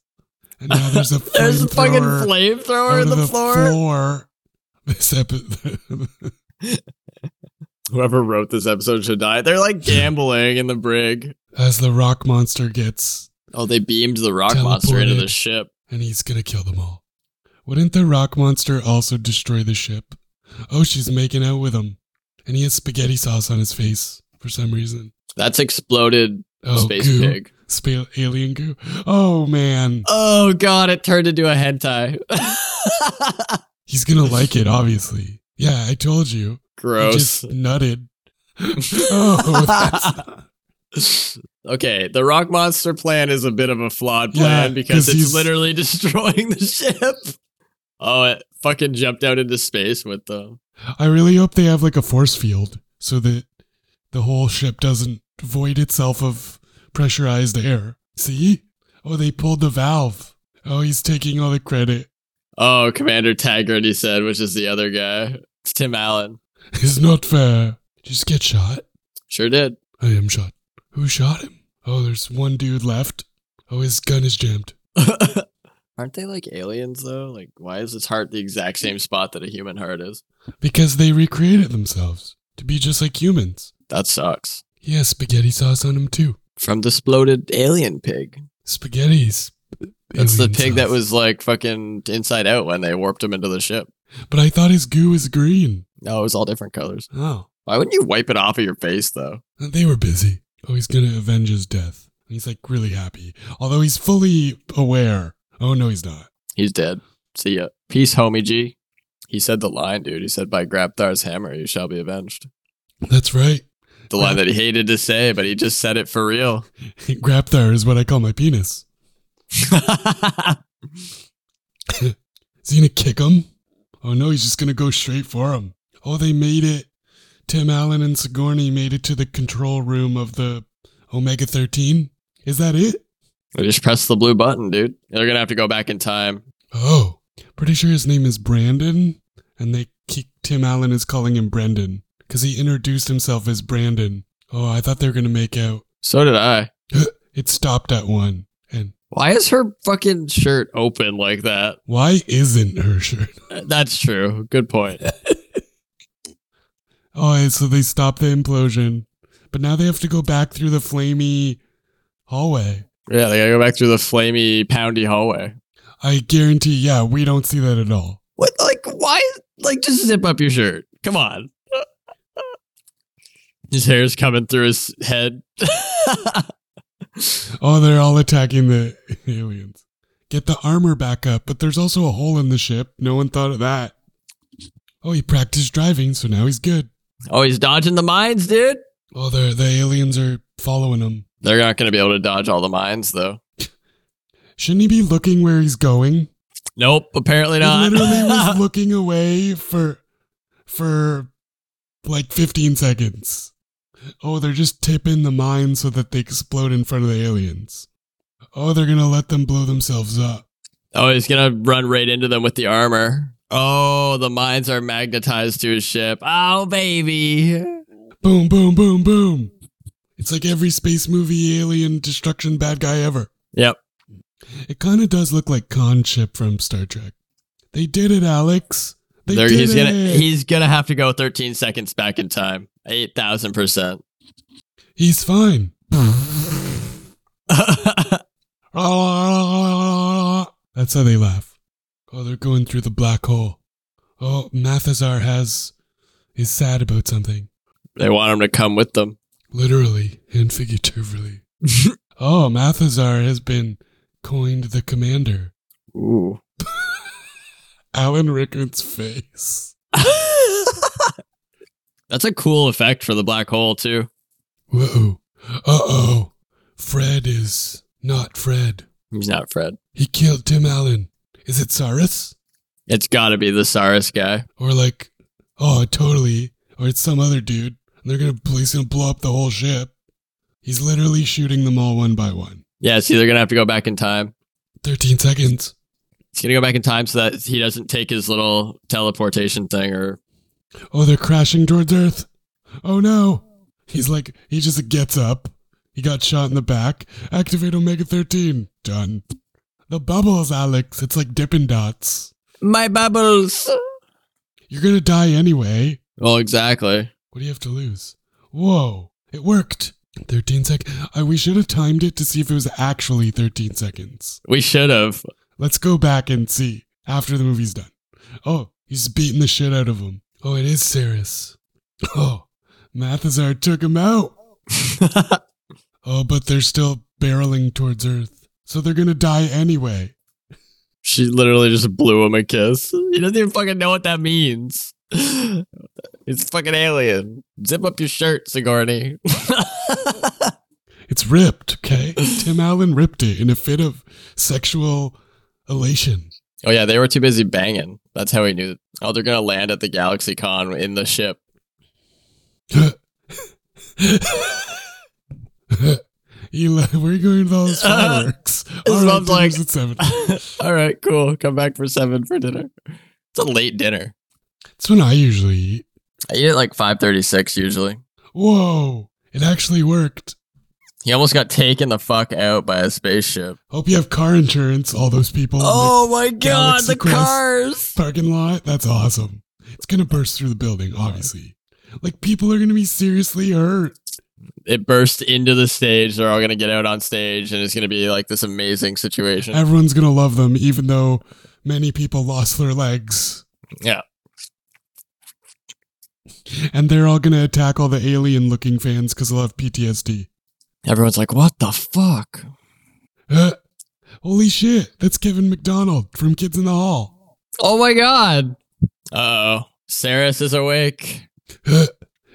S2: And now there's a
S1: There's a fucking
S2: flamethrower
S1: flamethrower
S2: out
S1: in
S2: of
S1: the floor.
S2: floor. This epi-
S1: Whoever wrote this episode should die. They're like gambling in the brig.
S2: as the rock monster gets
S1: Oh, they beamed the rock monster into the
S2: Teleported.
S1: ship.
S2: and he's gonna kill them all. Wouldn't the rock monster also destroy the ship? Oh, she's making out with him, and he has spaghetti sauce on his face for some reason.
S1: That's exploded
S2: Oh,
S1: space
S2: goo.
S1: pig.
S2: Spa- alien goo. Oh man,
S1: Oh god, it turned into a hentai.
S2: he's gonna like it, obviously. Yeah, I told you. He
S1: Gross.
S2: just nutted. oh, that's,
S1: okay, the rock monster plan is a bit of a flawed
S2: Yeah,
S1: plan because
S2: 'cause
S1: it's
S2: he's-
S1: literally destroying the ship. Oh, it fucking jumped out into space with them.
S2: I really hope they have like a force field so that the whole ship doesn't void itself of pressurized air. See? Oh, they pulled the valve. Oh, he's taking all the credit.
S1: Oh, Commander Taggart, he said, which is the other guy. It's Tim Allen.
S2: It's not fair. Did you just get shot?
S1: Sure did.
S2: I am shot. Who shot him? Oh, there's one dude left. Oh, his gun is jammed.
S1: Aren't they like aliens though? Like, why is his heart the exact same spot that a human heart is?
S2: Because they recreated themselves to be just like humans.
S1: That sucks.
S2: He has spaghetti sauce on him too.
S1: from this bloated alien pig.
S2: Spaghetti's.
S1: That's the
S2: alien
S1: pig that
S2: sauce.
S1: was like fucking inside out when they warped him into the ship.
S2: But I thought his goo was green.
S1: No, it was all different colors.
S2: Oh.
S1: Why wouldn't you wipe it off of your face though?
S2: They were busy. Oh, he's going to avenge his death. And He's like really happy. Although he's fully aware. Oh, no, he's not.
S1: He's dead. See ya. Peace, homie G. He said the line, dude. He said, "By Grabthar's hammer, you shall be avenged."
S2: That's right.
S1: The line that he hated to say, but he just said it for real.
S2: Grapthar is what I call my penis. Is he going to kick him? Oh, no, he's just going to go straight for him. Oh, they made it. Tim Allen and Sigourney made it to the control room of the Omega 13. Is that it?
S1: They just press the blue button, dude. They're gonna have to go back in time.
S2: Oh, pretty sure his name is Brandon, and they keep, Tim Allen is calling him Brendan because he introduced himself as Brandon. Oh, I thought they were gonna make out.
S1: So did I.
S2: It stopped at one. And
S1: Why is her fucking shirt open like that?
S2: why isn't her shirt?
S1: That's true. Good point.
S2: Oh, and so they stopped the implosion, but now they have to go back through the flamey hallway.
S1: Yeah, they gotta go back through the flamey, poundy hallway.
S2: I guarantee, yeah, we don't see that at all.
S1: What? Like, why? Like, just zip up your shirt. Come on. His hair's coming through his head.
S2: Oh, they're all attacking the aliens. Get the armor back up, but there's also a hole in the ship. No one thought of that. Oh, he practiced driving, so now he's good.
S1: oh, he's dodging the mines, dude.
S2: Oh, the the aliens are following him.
S1: They're not gonna be able to dodge all the mines, though.
S2: Shouldn't he be looking where he's going?
S1: Nope, apparently
S2: He
S1: not.
S2: literally was looking away for for like 15 seconds. Oh, they're just tipping the mine so that they explode in front of the aliens. Oh, they're gonna let them blow themselves up.
S1: oh, he's gonna run right into them with the armor. Oh, the mines are magnetized to his ship. Oh, baby.
S2: Boom, boom, boom, boom. It's like every space movie alien destruction bad guy ever.
S1: Yep.
S2: It kind of does look like Khan ship from Star Trek. They did it, Alex. They
S1: There,
S2: did
S1: he's
S2: it.
S1: gonna he's gonna have to go 13 seconds back in time. Eight thousand percent.
S2: he's fine.
S1: They're
S2: That's how they laugh. Oh, they're going through the black hole. Oh, Mathazar has is sad about something.
S1: They want him to come with them.
S2: Literally and figuratively. oh, Mathazar has been coined the commander.
S1: Ooh.
S2: Alan Rickman's face.
S1: That's a cool effect for the black hole too.
S2: Whoa. Uh oh. Fred is not Fred.
S1: He's not Fred.
S2: He killed Tim Allen. Is it Cyrus?
S1: It's gotta be the Saurus guy.
S2: Or like, oh, totally. Or it's some other dude. And they're gonna, he's gonna blow up the whole ship. He's literally shooting them all one by one.
S1: Yeah, see they're gonna have to go back in time.
S2: 13 seconds.
S1: He's gonna go back in time so that he doesn't take his little teleportation thing or
S2: Oh, they're crashing towards Earth. Oh no. He's like, he just gets up. He got shot in the back. Activate Omega 13. Done. The bubbles, Alex. It's like dipping dots.
S1: My bubbles.
S2: You're gonna die anyway.
S1: Well, exactly.
S2: What do you have to lose? Whoa, it worked. 13 sec. Uh, we should have timed it to see if it was actually 13 seconds.
S1: We should have.
S2: Let's go back and see after the movie's done. Oh, he's beating the shit out of him. Oh, it is Cyrus. Oh, Mathazar took him out. Oh, but they're still barreling towards Earth. So they're gonna die anyway.
S1: she literally just blew him a kiss. He doesn't even fucking know what that means. It's fucking alien. Zip up your shirt, Sigourney.
S2: It's ripped, okay? Tim Allen ripped it in a fit of sexual elation.
S1: oh yeah, they were too busy banging. That's how he knew. Oh, they're gonna land at the Galaxy Con in the ship.
S2: Eli, where are you going with all this fireworks?
S1: His
S2: All
S1: mom's Uh, like-
S2: dinner's at seven.
S1: All right, cool. Come back for seven for dinner. It's a late dinner.
S2: That's when I usually eat.
S1: I eat at like five thirty six usually.
S2: Whoa, it actually worked.
S1: He almost got taken the fuck out by a spaceship.
S2: Hope you have car insurance, all those people
S1: Oh my god,
S2: Galaxy
S1: the
S2: Quest.
S1: cars!
S2: in the parking lot. That's awesome. It's going to burst through the building, obviously. Like, people are going to be seriously hurt.
S1: It bursts into the stage. They're all gonna get out on stage, and it's gonna be like this amazing situation.
S2: Everyone's gonna love them, even though many people lost their legs.
S1: Yeah.
S2: And they're all gonna attack all the alien looking fans because they'll have PTSD.
S1: Everyone's like, "What the fuck?"
S2: Uh, holy shit, that's Kevin McDonald from Kids in the Hall.
S1: Oh my god. Uh oh. Saris is awake.
S2: Uh,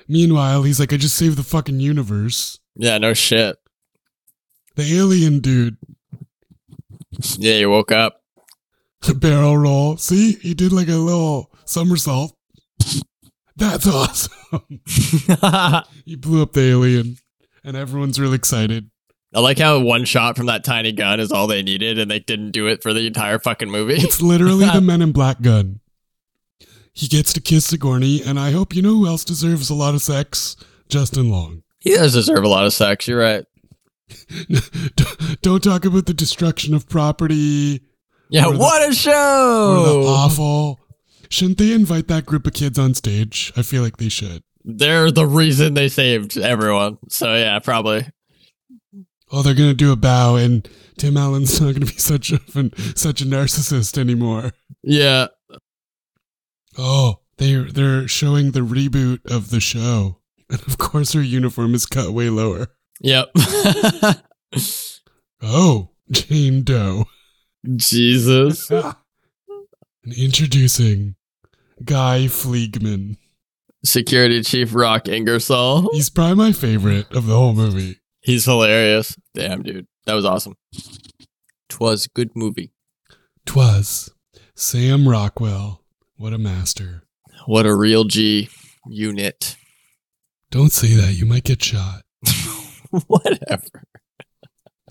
S2: meanwhile, he's like, I just saved the fucking universe.
S1: Yeah, no shit.
S2: The alien dude,
S1: Yeah, you woke up.
S2: barrel roll. See, he did like a little somersault. That's awesome.
S1: I
S2: He blew up the alien, and everyone's real excited.
S1: like how one shot from that tiny gun is all they needed, and they didn't do it for the entire fucking movie.
S2: It's literally the Men in Black gun. He gets to kiss Sigourney, and I hope you know who else deserves a lot of sex? Justin Long.
S1: he does deserve a lot of sex. You're right.
S2: Don't talk about the destruction of property
S1: Yeah,
S2: Or the-
S1: what a
S2: or the
S1: show!
S2: awful. Shouldn't they invite that group of kids on stage? I feel like they should.
S1: They're the reason they saved everyone. So yeah, probably.
S2: Oh, they're gonna do a bow, and Tim Allen's not gonna be such a such a narcissist anymore.
S1: Yeah.
S2: Oh, they're they're showing the reboot of the show, and of course her uniform is cut way lower.
S1: Yep.
S2: Oh, Jane Doe.
S1: Jesus.
S2: and introducing Guy Fleegman.
S1: Security Chief Rock Ingersoll.
S2: He's probably my favorite of the whole movie.
S1: He's hilarious. Damn, dude. That was awesome. Twas good movie.
S2: Twas Sam Rockwell. What a master.
S1: What a real G unit.
S2: Don't say that. You might get shot.
S1: Whatever.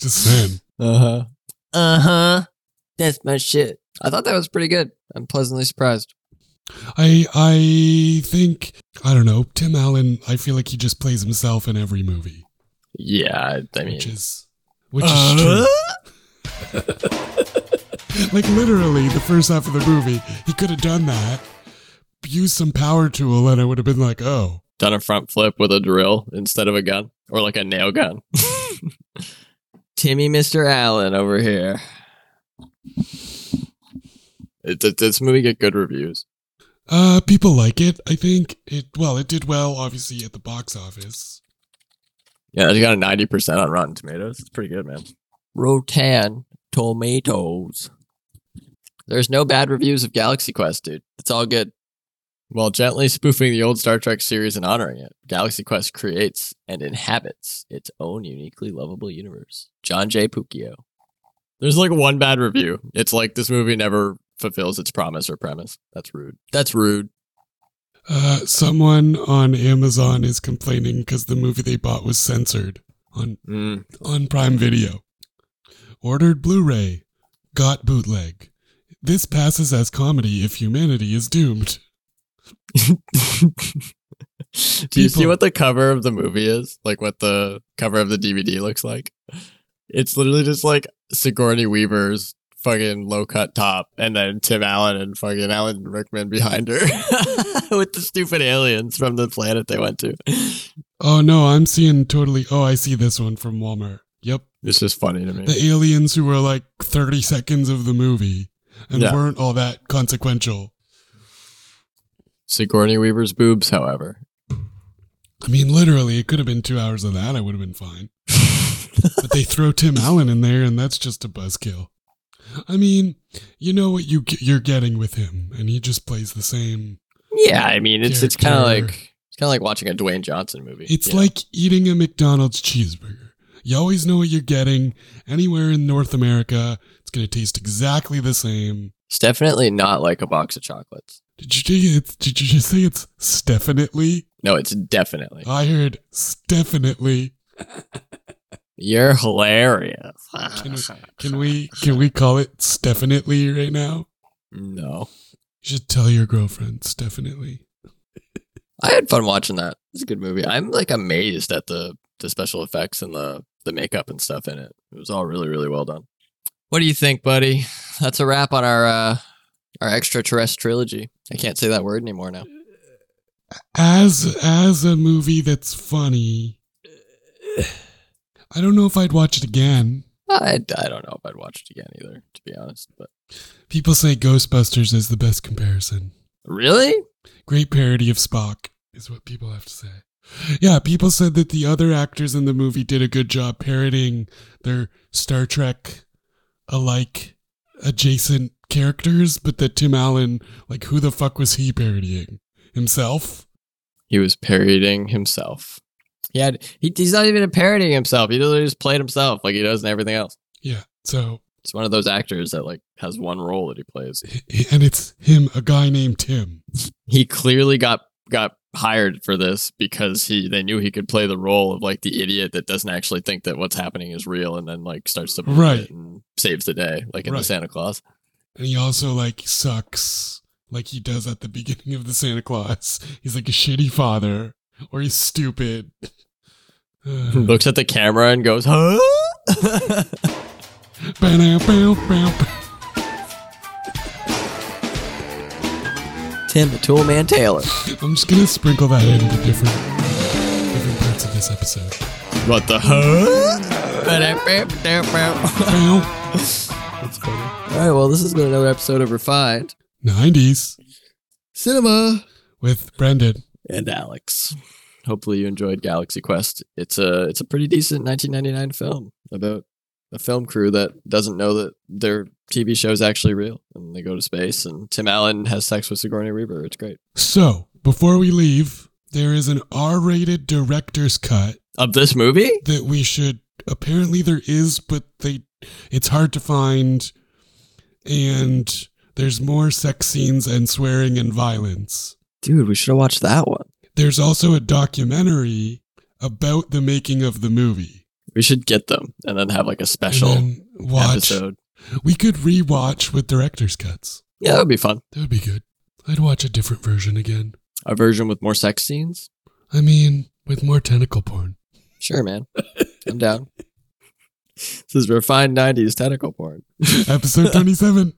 S2: Just saying.
S1: Uh
S2: Uh-huh.
S1: huh. Uh huh. That's my shit. I thought that was pretty good. I'm pleasantly surprised.
S2: I I think I don't know. Tim Allen. I feel like he just plays himself in every movie,
S1: Yeah, I- I mean, uh?
S2: which is which is
S1: Uh-huh.
S2: true. Like literally, the first half of the movie, he could have done that, used some power tool, and I would have been like, oh.
S1: done a front flip with a drill instead of a gun or like a nail gun. Timmy, Mr. Allen over here. It, it, this movie get good reviews.
S2: Uh, people like it. I think it. Well, it did well, obviously, at the box office.
S1: Yeah, it got a ninety percent on Rotten Tomatoes. It's pretty good, man. Rotan tomatoes. There's no bad reviews of Galaxy Quest, dude. It's all good. While gently spoofing the old Star Trek series and honoring it, Galaxy Quest creates and inhabits its own uniquely lovable universe. John J. Puccio. There's like one bad review. It's like this movie never fulfills its promise or premise. That's rude. That's rude.
S2: Uh, someone on Amazon is complaining because the movie they bought was censored on
S1: Mm.
S2: on Prime Video. Ordered Blu-ray, got bootleg. This passes as comedy if humanity is doomed.
S1: Do you see
S2: People-
S1: what the cover of the movie is? Like what the cover of the DVD looks like? It's literally just like Sigourney Weaver's fucking low cut top and then Tim Allen and fucking Alan Rickman behind her with the stupid aliens from the planet they went to.
S2: Oh no, I'm seeing totally. Oh, I see this one from Walmart. Yep,
S1: It's just funny to me.
S2: the aliens who were like 30 seconds of the movie and
S1: Yeah.
S2: weren't all that consequential.
S1: Sigourney Weaver's boobs, however.
S2: I mean, literally, it could have been two hours of that. I would have been fine. but they throw Tim Allen in there, and that's just a buzzkill. I mean, you know what you ge- you're getting with him, and he just plays the same.
S1: Yeah, I mean it's it's kinda
S2: Character.
S1: like it's kinda like watching a Dwayne Johnson movie.
S2: It's
S1: Yeah.
S2: like eating a McDonald's cheeseburger. You always know what you're getting. Anywhere in North America, it's gonna taste exactly the same.
S1: it's definitely not like a box of chocolates.
S2: Did you take it? Did you just say it's definitely?
S1: No, it's definitely.
S2: I heard definitely.
S1: You're hilarious.
S2: Can we can we call it definitely right now?
S1: No.
S2: You should tell your girlfriend, definitely.
S1: I had fun watching that. It's a good movie. I'm like amazed at the the special effects and the the makeup and stuff in it. It was all really really well done. What do you think, buddy? That's a wrap on our uh our extraterrestrial trilogy. I can't say that word anymore now.
S2: As as a movie that's funny, I don't know if I'd watch it again.
S1: I, I don't know if I'd watch it again either, to be honest. But
S2: People say Ghostbusters is the best comparison.
S1: really,
S2: Great parody of Spock is what people have to say. Yeah, people said that the other actors in the movie did a good job parodying their Star Trek alike adjacent characters, but that Tim Allen, like, who the fuck was he parodying? Himself?
S1: he was parodying himself. He had he, he's not even parodying himself. He literally just played himself like he does in everything else.
S2: Yeah, so,
S1: It's one of those actors that like has one role that he plays.
S2: and it's him, a guy named Tim.
S1: He clearly got got hired for this because he they knew he could play the role of like the idiot that doesn't actually think that what's happening is real and then like starts to believe
S2: Right.
S1: it and saves the day like in the
S2: Right.
S1: Santa Claus.
S2: And he also like sucks like he does at the beginning of the Santa Claus. He's like a shitty father or he's stupid. Uh,
S1: Looks at the camera and goes, "Huh?"
S2: bow, bow, bow, bow.
S1: Tim the Toolman Taylor.
S2: I'm just gonna sprinkle that in to different different parts of this episode.
S1: What the huh?
S2: Bow.
S1: That's funny. All right, well, this has been another episode of Refined
S2: 90s
S1: Cinema
S2: with Brendan.
S1: and Alex. Hopefully, you enjoyed Galaxy Quest. It's a it's a pretty decent 1999 film about a film crew that doesn't know that their TV show is actually real, and they go to space. And Tim Allen has sex with Sigourney Weaver. It's great.
S2: So before we leave, there is an R-rated director's cut
S1: Of this movie,
S2: that we should apparently there is but they it's hard to find and there's more sex scenes and swearing and violence
S1: dude, we should have watched that one.
S2: there's also a documentary about the making of the movie
S1: We should get them and then have like a
S2: And
S1: special
S2: then watch
S1: episode.
S2: we could rewatch with director's cuts
S1: Yeah, that would be fun.
S2: that would be good i'd watch a different version again
S1: A version with more sex scenes.
S2: i mean with more tentacle porn
S1: Sure, man. I'm down. This is refined 90s tentacle porn.
S2: Episode 27.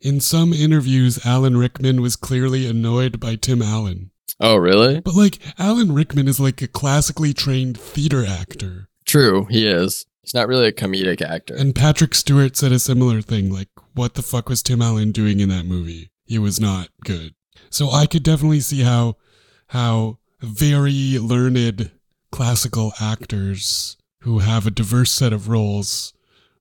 S2: In some interviews, Alan Rickman was clearly annoyed by Tim Allen.
S1: Oh, really?
S2: But like Alan Rickman is like a classically trained theater actor.
S1: True, he is. He's not really a comedic actor.
S2: And Patrick Stewart said a similar thing like what the fuck was Tim Allen doing in that movie? He was not good. So I could definitely see how how very learned classical actors who have a diverse set of roles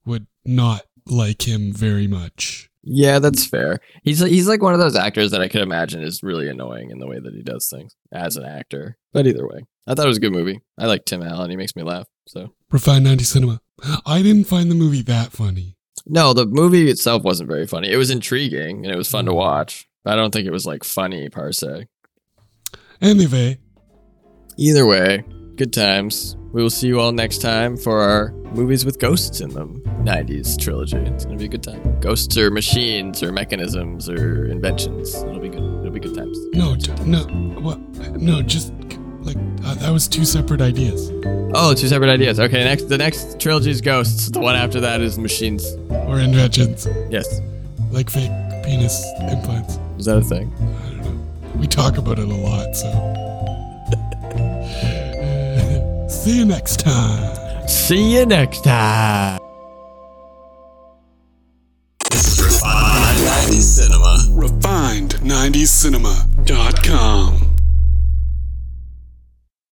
S2: would not like him very much.
S1: yeah, that's fair. He's he's like one of those actors that I could imagine is really annoying in the way that he does things as an actor. But either way, I thought it was a good movie. I like Tim Allen. He makes me laugh. So
S2: Refined 90 Cinema. I didn't find the movie that funny.
S1: no, the movie itself wasn't very funny. It was intriguing and it was fun to watch. But I don't think it was like funny per se.
S2: Anyway,
S1: Either way, good times. We will see you all next time for our movies with ghosts in them 90s trilogy. It's going to be a good time. Ghosts or machines or mechanisms or inventions. It'll be good. It'll be good times.
S2: no, j- no, what? No, just like uh, that was two separate ideas.
S1: Oh, two separate ideas. Okay, next the next trilogy is ghosts. The one after that is machines.
S2: Or inventions,
S1: Yes.
S2: like fake penis implants.
S1: Is that a thing?
S2: I don't know. We talk about it a lot, so. See you next time.
S1: See you next time.
S2: Refined90cinema.com.